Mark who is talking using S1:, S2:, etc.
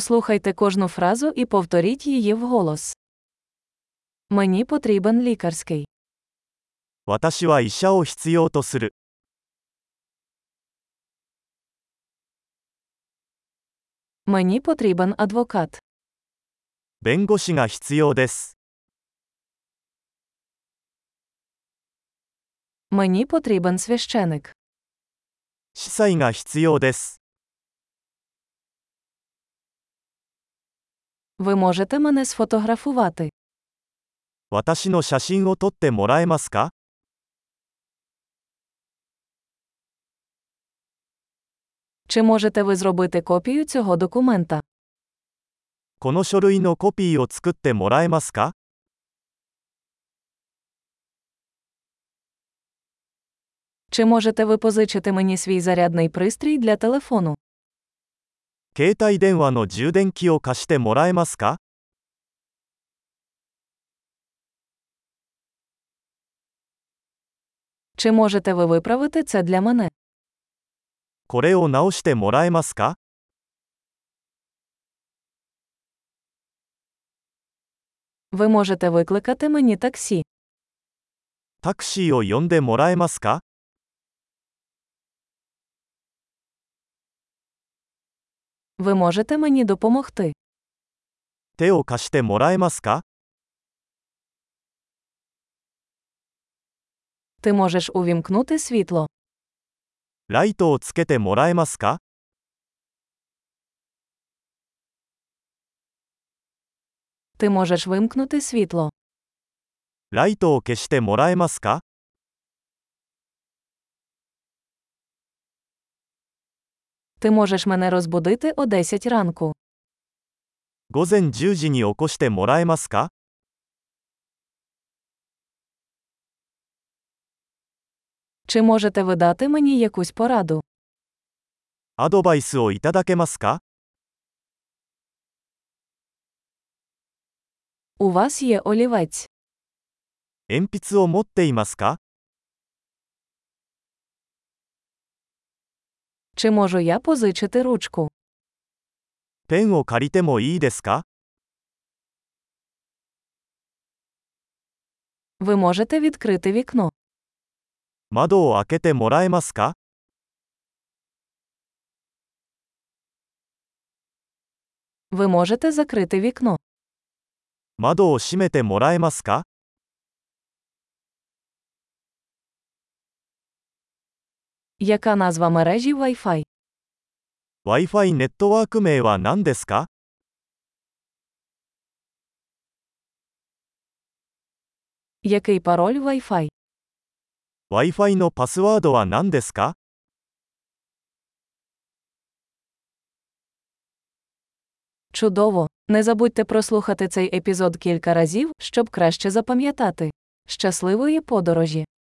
S1: Послухайте кожну фразу і повторіть її вголос. Мені потрібен лікарський.
S2: 私は医者を必要とする。
S1: Мені потрібен адвокат.
S2: 弁護士が必要です。
S1: Мені потрібен священик.
S2: 司祭が必要です。
S1: Ви можете мене сфотографувати.
S2: 私の写真を撮ってもらえますか
S1: Чи можете ви зробити копію цього документа?
S2: この書類のコピーを作ってもらえますか
S1: Чи можете ви позичити мені свій зарядний пристрій для телефону?
S2: 携帯電話の充電器を貸してもらえますか
S1: Чи можете ви виправити це для мене?
S2: これを直してもらえますか
S1: Ви можете викликати мені таксі.
S2: タクシーを呼んでもらえますか
S1: Ви можете мені допомогти.
S2: 手を貸してもらえますか
S1: Ти можеш увімкнути світло.
S2: ライトをつけてもらえますか
S1: Ти можеш вимкнути світло.
S2: ライトを消してもらえますか
S1: Ти можеш мене розбудити о 10 ранку.
S2: 午前10時に起こしてもらえますか
S1: Чи можете ви дати мені якусь пораду?
S2: アドバイスをいただけますか
S1: У вас є олівець.
S2: 鉛筆を持っていますか
S1: Чи можу я позичити ручку?
S2: ペンを借りてもいいですか
S1: Ви можете відкрити вікно.
S2: 窓を開けてもらえますか
S1: Ви можете закрити вікно.
S2: 窓を閉めてもらえますか
S1: Яка назва мережі Wi-Fi?
S2: ?Wi-Fi ネットワーク名は何ですか
S1: Який пароль Wi-Fi?
S2: ?Wi-Fi のパスワードは何ですか
S1: Чудово! Не забудьте прослухати цей епізод кілька разів, щоб краще запам'ятати. Щасливої подорожі!